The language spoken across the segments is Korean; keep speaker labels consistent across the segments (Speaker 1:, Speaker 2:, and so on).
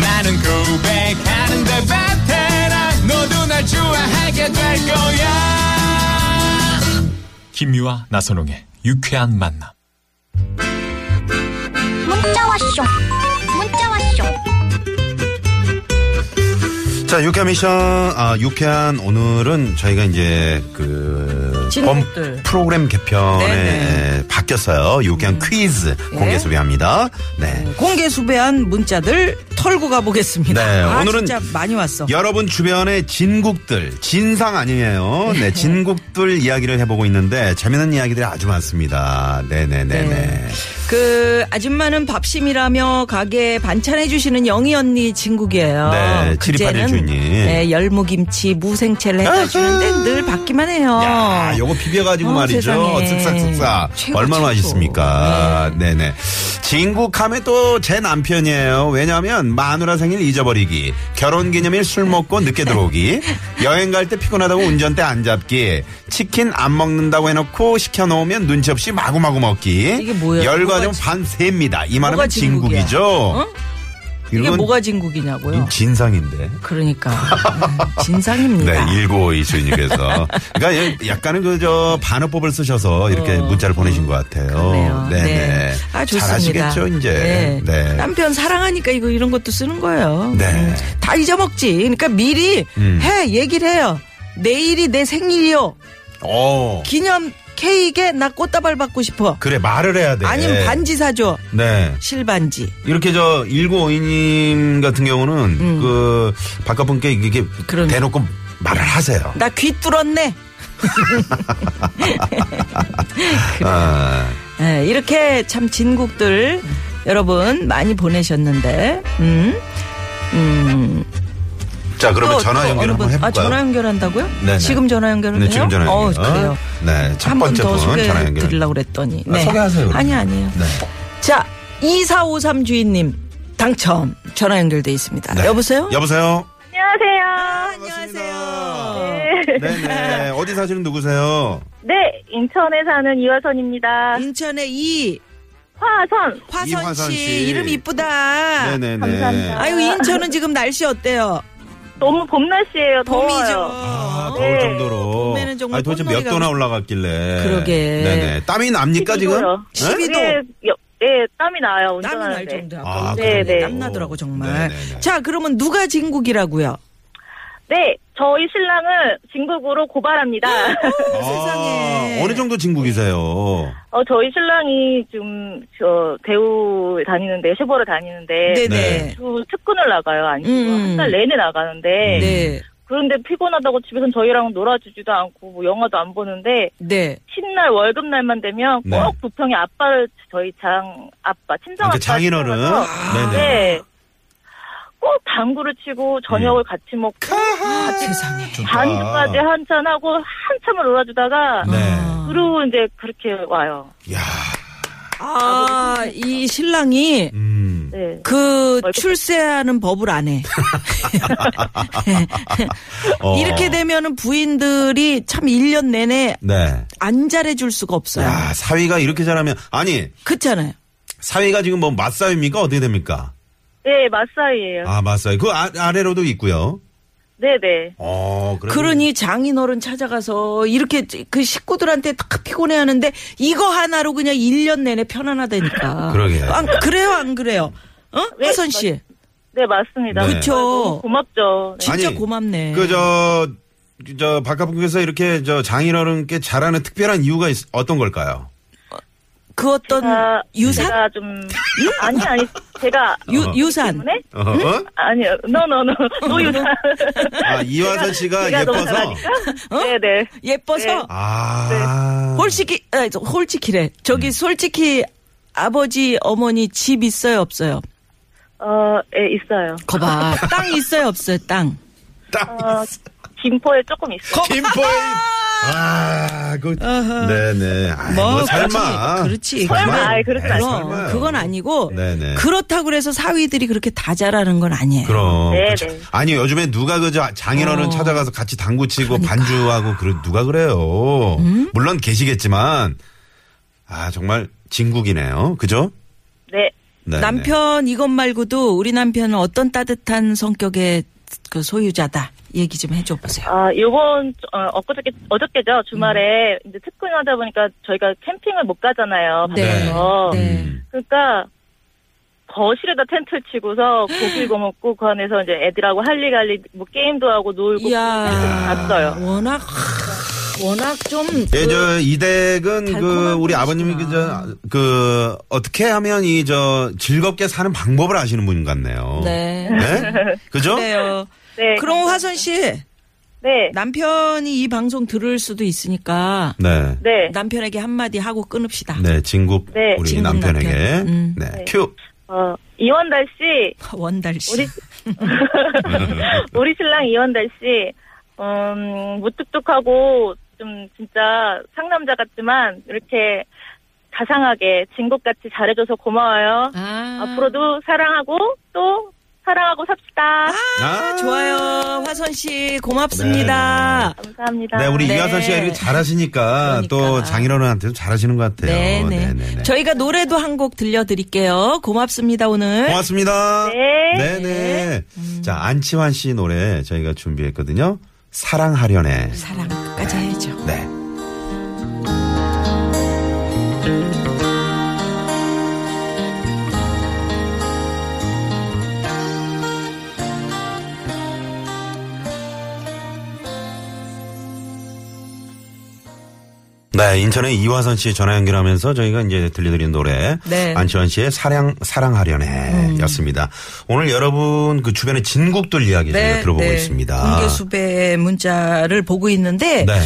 Speaker 1: 나는 고백하는데 베테랑 너도 날 좋아하게 될 거야
Speaker 2: 김미화 나선홍의 유쾌한 만남.
Speaker 3: 문자 왔쇼 문자 왔쇼
Speaker 4: 자, 유쾌한 미션, 아, 유쾌한 오늘은 저희가 이제 그, 범
Speaker 5: 진흙들.
Speaker 4: 프로그램 개편에
Speaker 5: 네네.
Speaker 4: 에, 바뀌었어요. 유쾌한 퀴즈 공개
Speaker 5: 예.
Speaker 4: 소개합니다. 네.
Speaker 5: 공개 수배한 문자들 털고 가보겠습니다.
Speaker 4: 네,
Speaker 5: 아,
Speaker 4: 오늘은
Speaker 5: 진짜 많이 왔어.
Speaker 4: 여러분 주변의 진국들, 진상 아니에요. 네, 진국들 이야기를 해보고 있는데 재미있는 이야기들이 아주 많습니다. 네네네네.
Speaker 5: 네. 그 아줌마는 밥심이라며 가게 반찬해 주시는 영희 언니 친구이에요.
Speaker 4: 네, 7881 주인님.
Speaker 5: 네, 열무김치 무생채를 해다 주는데 늘 받기만 해요.
Speaker 4: 야, 아, 요거 비벼가지고
Speaker 5: 어,
Speaker 4: 말이죠.
Speaker 5: 세상에.
Speaker 4: 쓱싹쓱싹.
Speaker 5: 최고,
Speaker 4: 얼마나
Speaker 5: 최고.
Speaker 4: 맛있습니까? 네. 네 진국함에 또 제 남편이에요. 왜냐하면 마누라 생일 잊어버리기, 결혼 기념일 술 먹고 늦게 들어오기, 여행 갈 때 피곤하다고 운전대 안 잡기, 치킨 안 먹는다고 해놓고 시켜놓으면 눈치 없이 마구마구 먹기.
Speaker 5: 이게 뭐야?
Speaker 4: 열과
Speaker 5: 뭐가
Speaker 4: 좀
Speaker 5: 진-
Speaker 4: 반세입니다. 이 말하면
Speaker 5: 뭐가 진국이야?
Speaker 4: 진국이죠.
Speaker 5: 어? 이게
Speaker 4: 이건
Speaker 5: 뭐가 진국이냐고요?
Speaker 4: 진상인데.
Speaker 5: 그러니까 아, 진상입니다.
Speaker 4: 네, 1952 주인님께서. 그러니까 약간은 그, 저, 반어법을 쓰셔서 이렇게
Speaker 5: 어,
Speaker 4: 문자를 보내신 것 같아요.
Speaker 5: 그러네요.
Speaker 4: 네, 네.
Speaker 5: 아, 좋습니다.
Speaker 4: 잘하시겠죠, 이제.
Speaker 5: 네.
Speaker 4: 네.
Speaker 5: 남편 사랑하니까 이거 이런 것도 쓰는 거예요.
Speaker 4: 네.
Speaker 5: 음, 다 잊어먹지. 그러니까 미리
Speaker 4: 음.
Speaker 5: 해 얘기를 해요. 내일이 내 생일이요.
Speaker 4: 어,
Speaker 5: 기념 케이크에 나 꽃다발 받고 싶어.
Speaker 4: 그래, 말을 해야 돼.
Speaker 5: 아니면 반지 사줘.
Speaker 4: 네.
Speaker 5: 실반지.
Speaker 4: 이렇게 저, 1952님 같은 경우는, 그, 바깥 분께 이렇게
Speaker 5: 음. 그러네.
Speaker 4: 대놓고 말을 하세요.
Speaker 5: 나 귀 뚫었네.
Speaker 4: 아,
Speaker 5: 네, 이렇게 참 진국들 여러분 많이 보내셨는데. 음. 음.
Speaker 4: 자, 그러면
Speaker 5: 또,
Speaker 4: 전화
Speaker 5: 또
Speaker 4: 연결
Speaker 5: 어느
Speaker 4: 한번
Speaker 5: 분-
Speaker 4: 해볼까요?
Speaker 5: 아, 전화 연결한다고요?
Speaker 4: 네네.
Speaker 5: 지금 전화 연결을
Speaker 4: 네,
Speaker 5: 해요?
Speaker 4: 지금 전화
Speaker 5: 어,
Speaker 4: 연결.
Speaker 5: 그래요.
Speaker 4: 네, 첫
Speaker 5: 한
Speaker 4: 번째
Speaker 5: 번 더
Speaker 4: 분 전화
Speaker 5: 소개해
Speaker 4: 연결.
Speaker 5: 드리려고 그랬더니. 네.
Speaker 4: 아, 소개하세요, 그럼.
Speaker 5: 아니, 아니에요.
Speaker 4: 네.
Speaker 5: 자, 2453 주인님 당첨 전화 연결돼 있습니다.
Speaker 4: 네.
Speaker 5: 여보세요?
Speaker 4: 여보세요?
Speaker 6: 아, 안녕하세요.
Speaker 5: 안녕하세요.
Speaker 4: 네네. 어디 사시는 누구세요?
Speaker 6: 네, 인천에 사는 이화선입니다.
Speaker 5: 네. 인천의 이
Speaker 6: 화선.
Speaker 5: 화선 씨,
Speaker 4: 이화선 씨.
Speaker 5: 이름 이쁘다.
Speaker 4: 네네네.
Speaker 6: 감사합니다.
Speaker 5: 아유 인천은 지금 날씨 어때요?
Speaker 6: 너무 봄 날씨예요. 더워요.
Speaker 4: 아,
Speaker 5: 봄이죠.
Speaker 4: 더울
Speaker 6: 네.
Speaker 4: 정도로.
Speaker 5: 봄에는 정말
Speaker 4: 아니, 도대체 몇
Speaker 5: 꽃놀이가
Speaker 4: 도나 올라갔길래.
Speaker 5: 그러게.
Speaker 4: 네네. 땀이 납니까, 지금?
Speaker 6: 이거요.
Speaker 4: 네?
Speaker 5: 십이-
Speaker 6: 네, 여- 네, 땀이 나요.
Speaker 5: 땀이 날
Speaker 6: 운전하는데.
Speaker 5: 정도.
Speaker 4: 아,
Speaker 6: 네,
Speaker 4: 그러네.
Speaker 6: 네.
Speaker 5: 땀나더라고 정말.
Speaker 4: 네네네. 아,
Speaker 5: 자 그러면 누가 진국이라고요?
Speaker 6: 네, 저희 신랑은 진국으로 고발합니다.
Speaker 4: 아,
Speaker 5: 세상에.
Speaker 4: 어느 정도 진국이세요?
Speaker 6: 어, 저희 신랑이 지금 저 대우 다니는데 쉐보를 다니는데
Speaker 5: 네네.
Speaker 4: 네.
Speaker 6: 주 특근을 나가요. 안 쉬고
Speaker 5: 음.
Speaker 6: 한 달 내내 나가는데
Speaker 5: 네.
Speaker 6: 그런데 피곤하다고 집에선 저희랑 놀아주지도 않고 뭐 영화도 안 보는데
Speaker 5: 네.
Speaker 6: 신날 월급 날만 되면
Speaker 4: 네.
Speaker 6: 꼭 부평에 아빠를 저희 장 아빠 친정
Speaker 4: 아,
Speaker 6: 아빠
Speaker 4: 그 장인어른.
Speaker 6: 찾아가서
Speaker 4: 네네.
Speaker 6: 네. 꼭 당구를 치고 저녁을 같이 먹고
Speaker 5: 아, 세상에.
Speaker 4: 네. 좋다.
Speaker 6: 반주까지 한잔 하고 한참을 놀아주다가
Speaker 4: 네.
Speaker 6: 그리고 이제 그렇게 와요.
Speaker 4: 야
Speaker 5: 아, 이 신랑이
Speaker 4: 음.
Speaker 6: 네.
Speaker 5: 그
Speaker 6: 월급.
Speaker 5: 출세하는 법을 안 해.
Speaker 4: 어.
Speaker 5: 이렇게 되면은 부인들이 참 1년 내내
Speaker 4: 네.
Speaker 5: 안 잘해줄 수가 없어요.
Speaker 4: 야, 사위가 이렇게 잘하면, 아니,
Speaker 5: 그렇잖아요.
Speaker 4: 사위가 지금 뭐 맞사위입니까? 어떻게 됩니까?
Speaker 6: 네, 맞사이예요.
Speaker 4: 아, 맞사위. 그 아, 아래로도 있고요.
Speaker 6: 네, 네.
Speaker 4: 어, 그래.
Speaker 5: 그러니 장인어른 찾아가서 이렇게 그 식구들한테 다 피곤해 하는데 이거 하나로 그냥 1년 내내 편안하다니까. 아,
Speaker 4: 그러게.
Speaker 5: 안, 그래요, 안 그래요? 어?
Speaker 6: 네,
Speaker 5: 화선 씨.
Speaker 6: 네, 맞습니다.
Speaker 4: 네.
Speaker 5: 그쵸.
Speaker 6: 너무 고맙죠. 네.
Speaker 5: 진짜
Speaker 4: 아니,
Speaker 5: 고맙네.
Speaker 4: 그저 저 바깥분께서 이렇게 저 장인어른께 잘하는 특별한 이유가 있- 어떤 걸까요?
Speaker 5: 그 어떤
Speaker 6: 제가,
Speaker 5: 유산?
Speaker 6: 제가 좀 아니 아니 제가
Speaker 5: 유, 유산.
Speaker 6: 때문에
Speaker 4: 어?
Speaker 6: 아니요, 노노노 노유산.
Speaker 4: 아 이화선 씨가
Speaker 6: 제가 너무
Speaker 4: 예뻐서
Speaker 6: 잘하니까.
Speaker 5: 어?
Speaker 6: 네, 네.
Speaker 5: 예뻐서
Speaker 4: 아 네.
Speaker 5: 솔직히, 아, 저- 솔직히래. 저기 솔직히 아버지, 어머니 집 있어요, 없어요?
Speaker 6: 어, 예, 있어요.
Speaker 5: 거봐. 땅 있어요, 없어요, 땅?
Speaker 4: 딱
Speaker 6: 어, 김포에 조금 있어요.
Speaker 4: 김포인. 아, 그,
Speaker 5: 어허.
Speaker 4: 네네. 아이, 뭐, 설마.
Speaker 5: 그렇지.
Speaker 6: 설마.
Speaker 5: 그건-
Speaker 6: 아이, 그렇진
Speaker 4: 에이,
Speaker 6: 않죠.
Speaker 4: 설마요.
Speaker 5: 그럼 그건 아니고
Speaker 4: 네네.
Speaker 5: 그렇다고 그래서 사위들이 그렇게 다 잘하는 건 아니에요.
Speaker 4: 그럼.
Speaker 6: 네,
Speaker 4: 그쵸.
Speaker 6: 네.
Speaker 4: 아니, 요즘에 누가 그 저 장인어른
Speaker 5: 어.
Speaker 4: 찾아가서 같이 당구 치고 반주하고, 그래, 누가 그래요. 물론 계시겠지만, 아, 정말 진국이네요. 그죠?
Speaker 6: 네.
Speaker 4: 네네.
Speaker 5: 남편 이것 말고도 우리 남편은 어떤 따뜻한 성격의 그 소유자다 얘기 좀 해줘 보세요.
Speaker 6: 아, 요번, 어, 엊그저께, 어저께죠. 주말에 이제 특근하다 보니까 저희가 캠핑을 못 가잖아요.
Speaker 5: 음. 네.
Speaker 6: 밖에서.
Speaker 5: 네.
Speaker 4: 음.
Speaker 6: 그러니까 거실에다 텐트를 치고서 고기를 구워먹고 그 안에서 이제 애들하고 할리갈리 뭐 게임도 하고 놀고
Speaker 5: 이야.
Speaker 6: 갔어요.
Speaker 5: 워낙 하, 워낙 좀그
Speaker 4: 예, 저, 이댁은 그,
Speaker 5: 달콤한
Speaker 4: 우리
Speaker 5: 분이시구나.
Speaker 4: 아버님이 그, 저, 그, 어떻게 하면 이, 저, 즐겁게 사는 방법을 아시는 분 같네요.
Speaker 5: 네.
Speaker 4: 네? 그죠?
Speaker 5: 그래요.
Speaker 6: 네.
Speaker 5: 그럼 화선 씨
Speaker 6: 네.
Speaker 5: 남편이 이 방송 들을 수도 있으니까
Speaker 4: 네.
Speaker 6: 네.
Speaker 5: 남편에게 한마디 하고 끊읍시다.
Speaker 4: 네, 진국
Speaker 6: 네,
Speaker 4: 우리
Speaker 5: 진국
Speaker 4: 남편에게.
Speaker 5: 남편. 음.
Speaker 4: 네, 큐.
Speaker 6: 어, 이원달 씨,
Speaker 5: 원달 씨.
Speaker 6: 우리 우리 신랑 이원달 씨, 음, 무뚝뚝하고 좀 진짜 상남자 같지만 이렇게 자상하게 진국같이 잘해줘서 고마워요.
Speaker 5: 아.
Speaker 6: 앞으로도 사랑하고 또 사랑하고 삽시다.
Speaker 4: 아,
Speaker 5: 좋아요. 화선 씨 고맙습니다.
Speaker 6: 감사합니다.
Speaker 4: 네, 우리
Speaker 5: 네.
Speaker 4: 이하선 씨가 이렇게 잘하시니까
Speaker 5: 그러니까.
Speaker 4: 또 장인어른한테도 잘하시는 것 같아요.
Speaker 5: 네, 네.
Speaker 4: 네.
Speaker 5: 저희가 노래도 한 곡 들려드릴게요. 고맙습니다, 오늘.
Speaker 4: 고맙습니다.
Speaker 6: 네.
Speaker 4: 네, 네.
Speaker 5: 음.
Speaker 4: 자, 안치환 씨 노래 저희가 준비했거든요. 사랑하려네.
Speaker 5: 사랑까지 해야죠.
Speaker 4: 네. 네, 인천의 이화선 씨 전화 연결하면서 저희가 이제 들려드린 노래
Speaker 5: 네. 음.
Speaker 4: 안치환 씨의 사랑 사랑하려네였습니다. 오늘 여러분 그 주변의 진국들 이야기
Speaker 5: 네,
Speaker 4: 저희가 들어보고 있습니다.
Speaker 5: 공개수배 문자를 보고 있는데.
Speaker 4: 네.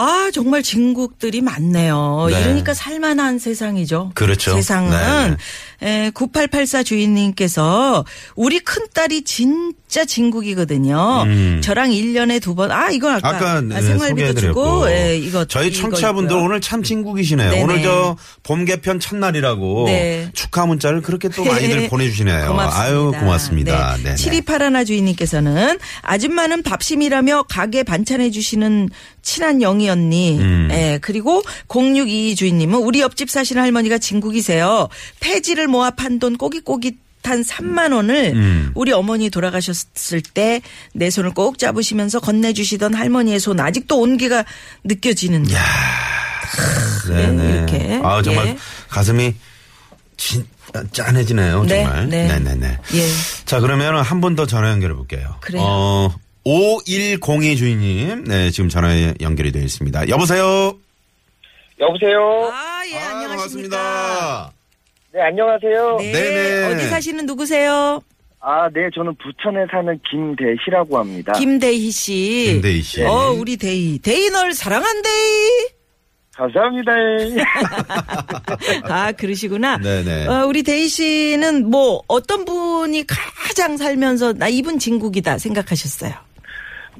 Speaker 5: 아, 정말 진국들이 많네요.
Speaker 4: 네.
Speaker 5: 이러니까 살만한 세상이죠.
Speaker 4: 그렇죠.
Speaker 5: 세상은. 에, 9884 주인님께서 우리 큰딸이 진짜 진국이거든요.
Speaker 4: 음.
Speaker 5: 저랑 1년에 두 번, 아, 이거 아까,
Speaker 4: 아까 네,
Speaker 5: 아, 생활비도
Speaker 4: 소개해드렸고
Speaker 5: 주고, 예, 이거.
Speaker 4: 저희
Speaker 5: 이거
Speaker 4: 청취자분들
Speaker 5: 있고요.
Speaker 4: 오늘 참 친국이시네요.
Speaker 5: 네네.
Speaker 4: 오늘 저 봄 개편 첫날이라고
Speaker 5: 네.
Speaker 4: 축하 문자를 그렇게 또 많이들 보내주시네요.
Speaker 5: 예. 고맙습니다.
Speaker 4: 아유 고맙습니다.
Speaker 5: 네.
Speaker 4: 네네.
Speaker 5: 7281 주인님께서는 아줌마는 밥심이라며 가게 반찬해 주시는 친한 영희 언니.
Speaker 4: 음.
Speaker 5: 예, 그리고 0622 주인님은 우리 옆집 사시는 할머니가 진국이세요. 폐지를 모아 판 돈 꼬깃꼬깃 한 3만 원을
Speaker 4: 음.
Speaker 5: 우리 어머니 돌아가셨을 때 내 손을 꼭 잡으시면서 건네주시던 할머니의 손 아직도 온기가 느껴지는
Speaker 4: 네네.
Speaker 5: 이렇게.
Speaker 4: 아 정말
Speaker 5: 예.
Speaker 4: 가슴이 진 아, 짠해지네요.
Speaker 5: 네,
Speaker 4: 정말.
Speaker 5: 네.
Speaker 4: 네네네.
Speaker 5: 예.
Speaker 4: 자 그러면 은 한 번 더 전화 연결해 볼게요.
Speaker 5: 그래요.
Speaker 4: 어, 5102 주인님, 네 지금 전화 연결이 되어 있습니다. 여보세요.
Speaker 7: 여보세요.
Speaker 5: 아, 예,
Speaker 4: 아,
Speaker 5: 안녕하십니까.
Speaker 4: 반갑습니다.
Speaker 7: 네 안녕하세요.
Speaker 5: 네,
Speaker 4: 네네.
Speaker 5: 어디 사시는 누구세요?
Speaker 7: 아 네 저는 부천에 사는 김대시라고 합니다.
Speaker 5: 김대희 씨.
Speaker 4: 김대희 씨.
Speaker 5: 어, 우리 대희. 대희 널 사랑한대이.
Speaker 7: 감사합니다.
Speaker 5: 아, 그러시구나.
Speaker 4: 네네.
Speaker 5: 어, 우리 대희 씨는 뭐 어떤 분이 가장 살면서 나 이분 진국이다 생각하셨어요?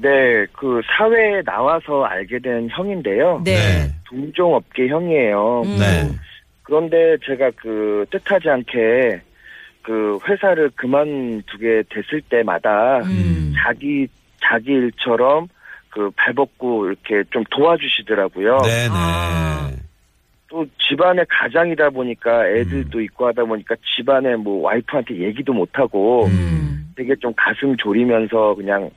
Speaker 7: 네 그 사회에 나와서 알게 된 형인데요.
Speaker 5: 네.
Speaker 7: 동종업계 형이에요.
Speaker 5: 음.
Speaker 4: 네.
Speaker 7: 그런데 제가 그 뜻하지 않게 그 회사를 그만두게 됐을 때마다
Speaker 5: 음.
Speaker 7: 자기 자기 일처럼 그 발벗고 이렇게 좀 도와주시더라고요.
Speaker 4: 네네.
Speaker 5: 아.
Speaker 7: 또 집안의 가장이다 보니까 애들도 있고 하다 보니까 집안에 뭐 와이프한테 얘기도 못하고
Speaker 5: 음.
Speaker 7: 되게 좀 가슴 졸이면서 그냥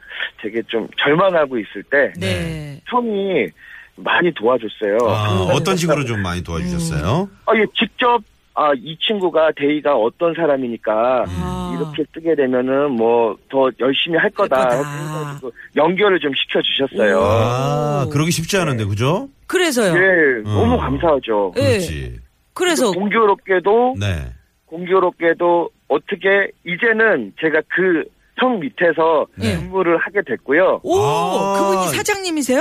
Speaker 7: 되게 좀 절만하고 있을 때
Speaker 5: 네.
Speaker 7: 형이 많이 도와줬어요. 그
Speaker 4: 아, 어떤 식으로 좀
Speaker 7: 음.
Speaker 4: 많이 도와주셨어요?
Speaker 7: 아, 예, 직접 아, 이 친구가 데이가 어떤 사람이니까
Speaker 4: 음.
Speaker 5: 아.
Speaker 7: 이렇게 쓰게 되면은 뭐 더 열심히 할 거다.
Speaker 5: 거다.
Speaker 7: 해가지고 연결을 좀 시켜 주셨어요.
Speaker 4: 아,
Speaker 5: 오.
Speaker 4: 그러기 쉽지 않은데, 그죠?
Speaker 5: 그래서요.
Speaker 7: 예, 너무
Speaker 4: 음.
Speaker 7: 감사하죠.
Speaker 5: 예.
Speaker 4: 그렇지.
Speaker 5: 그래서
Speaker 7: 공교롭게도
Speaker 4: 네.
Speaker 7: 공교롭게도 어떻게 이제는 제가 그 형 밑에서
Speaker 5: 네.
Speaker 7: 근무를 하게 됐고요.
Speaker 5: 오,
Speaker 4: 아.
Speaker 5: 그분이 사장님이세요?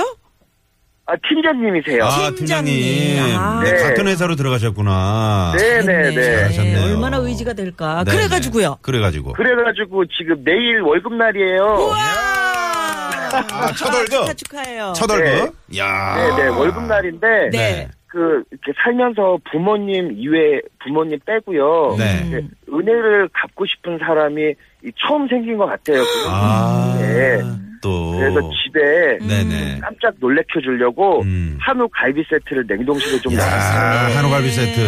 Speaker 7: 아 팀장님이세요.
Speaker 4: 아, 팀장님.
Speaker 5: 팀장님. 아.
Speaker 4: 네,
Speaker 7: 네.
Speaker 4: 같은 회사로 들어가셨구나. 아,
Speaker 7: 네네네.
Speaker 4: 잘하셨네요.
Speaker 5: 얼마나 의지가 될까.
Speaker 4: 네네.
Speaker 5: 그래가지고요.
Speaker 4: 그래가지고.
Speaker 7: 그래가지고 지금 내일 월급날이에요.
Speaker 5: 우와!
Speaker 4: 아, 첫 월급.
Speaker 5: 축하 축하해요.
Speaker 4: 첫 월급. 야.
Speaker 7: 네, 네, 월급날인데
Speaker 5: 네.
Speaker 7: 그 이렇게 살면서 부모님 이외 부모님 빼고요.
Speaker 4: 네.
Speaker 5: 음.
Speaker 7: 이제 은혜를 갚고 싶은 사람이 이 처음 생긴 것 같아요. 그
Speaker 4: 아.
Speaker 7: 네.
Speaker 4: 또.
Speaker 7: 그래서 집에
Speaker 4: 네네.
Speaker 7: 깜짝 놀래켜 주려고
Speaker 4: 음.
Speaker 7: 한우 갈비 세트를 냉동실에 좀
Speaker 4: 야,
Speaker 7: 놨어요.
Speaker 4: 한우갈비 세트.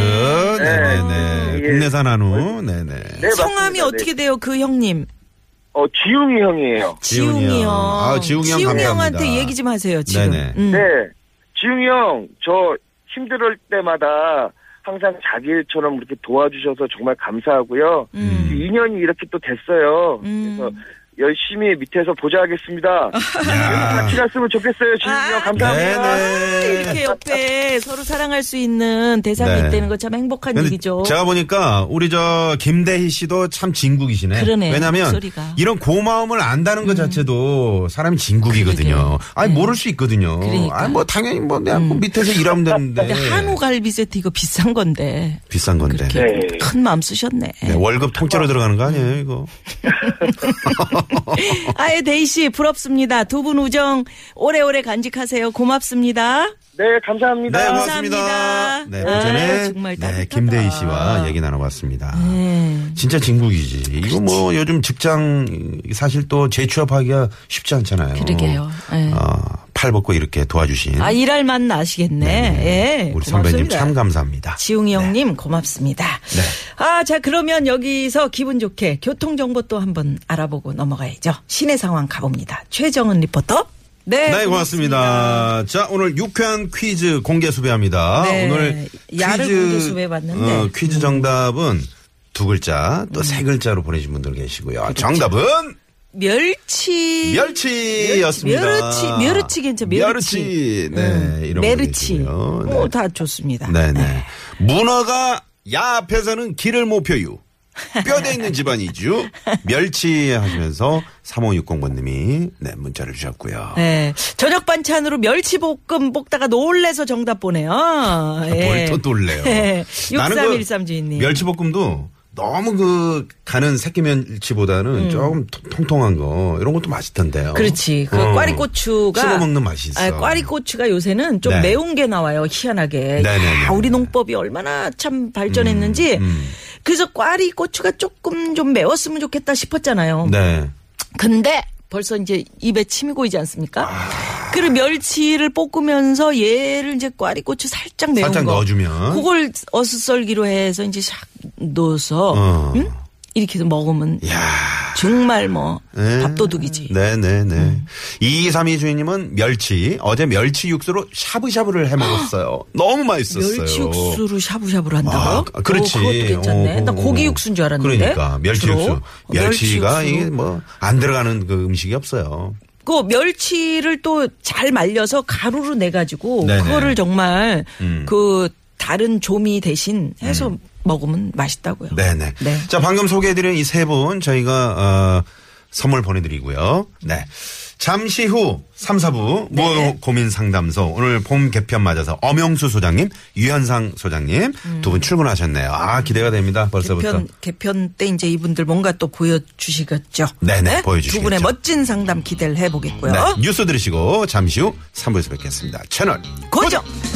Speaker 7: 네.
Speaker 4: 네네네.
Speaker 7: 이게-
Speaker 4: 국내산 한우. 네네.
Speaker 7: 네,
Speaker 5: 성함이
Speaker 7: 맞습니다.
Speaker 5: 어떻게 돼요, 그 형님?
Speaker 7: 어, 지웅이 형이에요.
Speaker 4: 지훈이
Speaker 5: 지웅이요.
Speaker 4: 형. 아, 지웅이 형 감사합니다.
Speaker 5: 형한테 얘기 좀 하세요, 지금.
Speaker 4: 네네.
Speaker 5: 음.
Speaker 7: 네. 지웅이 형, 저 힘들을 때마다 항상 자기 일처럼 이렇게 도와주셔서 정말 감사하고요.
Speaker 5: 음.
Speaker 7: 인연이 이렇게 또 됐어요.
Speaker 5: 음.
Speaker 7: 그래서 열심히 밑에서 보좌하겠습니다.
Speaker 4: 야.
Speaker 7: 같이 갔으면 좋겠어요, 지웅이
Speaker 5: 아,
Speaker 7: 형. 감사합니다.
Speaker 4: 네네.
Speaker 5: 이렇게 옆에 서로 사랑할 수 있는 대상이
Speaker 4: 네.
Speaker 5: 있다는 거 참 행복한
Speaker 4: 근데
Speaker 5: 일이죠.
Speaker 4: 제가 보니까 우리 저 김대희 씨도 참 진국이시네.
Speaker 5: 그러네,
Speaker 4: 왜냐면
Speaker 5: 목소리가. 음.
Speaker 4: 이런 고마움을 안다는 것 자체도 사람이 진국이거든요. 아니 모를 수 있거든요.
Speaker 5: 네. 그러니까. 음.
Speaker 4: 아니 뭐 당연히 뭐 내가 뭐 밑에서 일하면 되는데.
Speaker 5: 근데 한우 갈비 세트 이거 비싼 건데
Speaker 4: 비싼 건데.
Speaker 5: 그렇게
Speaker 7: 네.
Speaker 5: 큰 마음 쓰셨네. 음.
Speaker 4: 네, 월급 통째로 들어가는 거 아니에요, 이거?
Speaker 5: 아예 데이 씨 부럽습니다. 두 분 우정 오래오래 간직하세요. 고맙습니다.
Speaker 7: 네, 감사합니다.
Speaker 4: 네,
Speaker 5: 감사합니다.
Speaker 4: 고맙습니다. 네,
Speaker 5: 아유,
Speaker 4: 오전에
Speaker 5: 정말
Speaker 4: 네,
Speaker 5: 따뜻하다.
Speaker 4: 김대희 씨와 얘기 나눠봤습니다.
Speaker 5: 네.
Speaker 4: 진짜 진국이지. 이거 뭐 요즘 직장 사실 또 재취업하기가 쉽지 않잖아요.
Speaker 5: 그러게요. 예.
Speaker 4: 어, 팔 벗고 이렇게 도와주신
Speaker 5: 아 일할 맛 나시겠네. 예.
Speaker 4: 우리 선배님
Speaker 5: 고맙습니다.
Speaker 4: 참 감사합니다.
Speaker 5: 지웅이 형님 고맙습니다.
Speaker 4: 네.
Speaker 5: 아, 자 그러면 여기서 기분 좋게 교통 정보 또 한번 알아보고 넘어가야죠. 시내 상황 가봅니다. 최정은 리포터. 네,
Speaker 4: 네, 고맙습니다. 자, 오늘 유쾌한 퀴즈 공개 수배합니다.
Speaker 5: 네,
Speaker 4: 오늘
Speaker 5: 야를
Speaker 4: 퀴즈,
Speaker 5: 공개 수배해봤는데. 음.
Speaker 4: 어, 퀴즈 정답은 두 글자 또 세 글자로 보내신 분들 계시고요. 정답은
Speaker 5: 그렇죠. 멸치.
Speaker 4: 멸치였습니다.
Speaker 5: 멸치, 멸치 음. 괜찮아. 멸치.
Speaker 4: 멸치. 네, 이런
Speaker 5: 메르치. 어,
Speaker 4: 거 계시고요. 네.
Speaker 5: 오, 다 좋습니다.
Speaker 4: 네네. 문어가 야 앞에서는 길을 못 펴요. 뼈대 있는 집안이죠. 멸치 하시면서 3560번님이 네, 문자를 주셨고요.
Speaker 5: 네. 저녁 반찬으로 멸치볶음 볶다가 놀래서 정답 보내요. 예.
Speaker 4: 아, 뭘또 놀래요.
Speaker 5: 예.
Speaker 4: 나는 그
Speaker 5: 6313 주인님.
Speaker 4: 멸치볶음도 너무 그 가는 새끼 멸치보다는 조금 통- 통통한 거 이런 것도 맛있던데요.
Speaker 5: 음. 그렇지. 그
Speaker 4: 어.
Speaker 5: 꽈리고추가
Speaker 4: 씹어 먹는 맛이 있어.
Speaker 5: 아, 꽈리고추가 요새는 좀
Speaker 4: 네.
Speaker 5: 매운 게 나와요. 희한하게.
Speaker 4: 네네네. 음,
Speaker 5: 야, 우리 농법이 얼마나 참 발전했는지. 그래서 꽈리고추가 조금 좀 매웠으면 좋겠다 싶었잖아요.
Speaker 4: 네.
Speaker 5: 근데 벌써 이제 입에 침이 고이지 않습니까?
Speaker 4: 아.
Speaker 5: 그리고 멸치를 볶으면서 얘를 이제 꽈리고추 살짝 매운
Speaker 4: 살짝
Speaker 5: 거
Speaker 4: 넣어주면.
Speaker 5: 그걸 어슷썰기로 해서 이제 샥 넣어서
Speaker 4: 어.
Speaker 5: 응? 이렇게 해서 먹으면 정말 뭐
Speaker 4: 네.
Speaker 5: 밥도둑이지. 음.
Speaker 4: 네네네. 2232 주인님은 멸치. 어제 멸치 육수로 샤브샤브를 해 먹었어요. 너무 맛있었어요.
Speaker 5: 멸치 육수로
Speaker 4: 아,
Speaker 5: 샤브샤브를 한다고요?
Speaker 4: 아, 그렇지.
Speaker 5: 오, 그것도 괜찮네.
Speaker 4: 어, 어,
Speaker 5: 나
Speaker 4: 어.
Speaker 5: 고기 육수인 줄 알았는데.
Speaker 4: 그러니까 멸치
Speaker 5: 주로?
Speaker 4: 육수.
Speaker 5: 어, 멸치
Speaker 4: 멸치가
Speaker 5: 육수로.
Speaker 4: 이게 뭐 안 들어가는 그 음식이 없어요.
Speaker 5: 그 멸치를 또 잘 말려서 가루로 내 가지고
Speaker 4: 네네.
Speaker 5: 그거를 정말
Speaker 4: 음.
Speaker 5: 그 다른 조미 대신 해서 먹으면 맛있다고요.
Speaker 4: 네네.
Speaker 5: 네.
Speaker 4: 자, 방금 소개해드린 이 세 분 저희가, 어, 선물 보내드리고요. 네. 잠시 후 3, 4부 무어 고민 상담소 오늘 봄 개편 맞아서 엄영수 소장님, 유현상 소장님 두 분 출근하셨네요. 아, 기대가 됩니다. 벌써부터.
Speaker 5: 음. 개편 개편 때 이제 이분들 뭔가 또 보여주시겠죠.
Speaker 4: 네네, 보여주시겠죠.
Speaker 5: 두 분의 멋진 상담 기대를 해보겠고요.
Speaker 4: 네, 뉴스 들으시고 잠시 후 3부에서 뵙겠습니다. 채널
Speaker 5: 고정.
Speaker 4: 고정.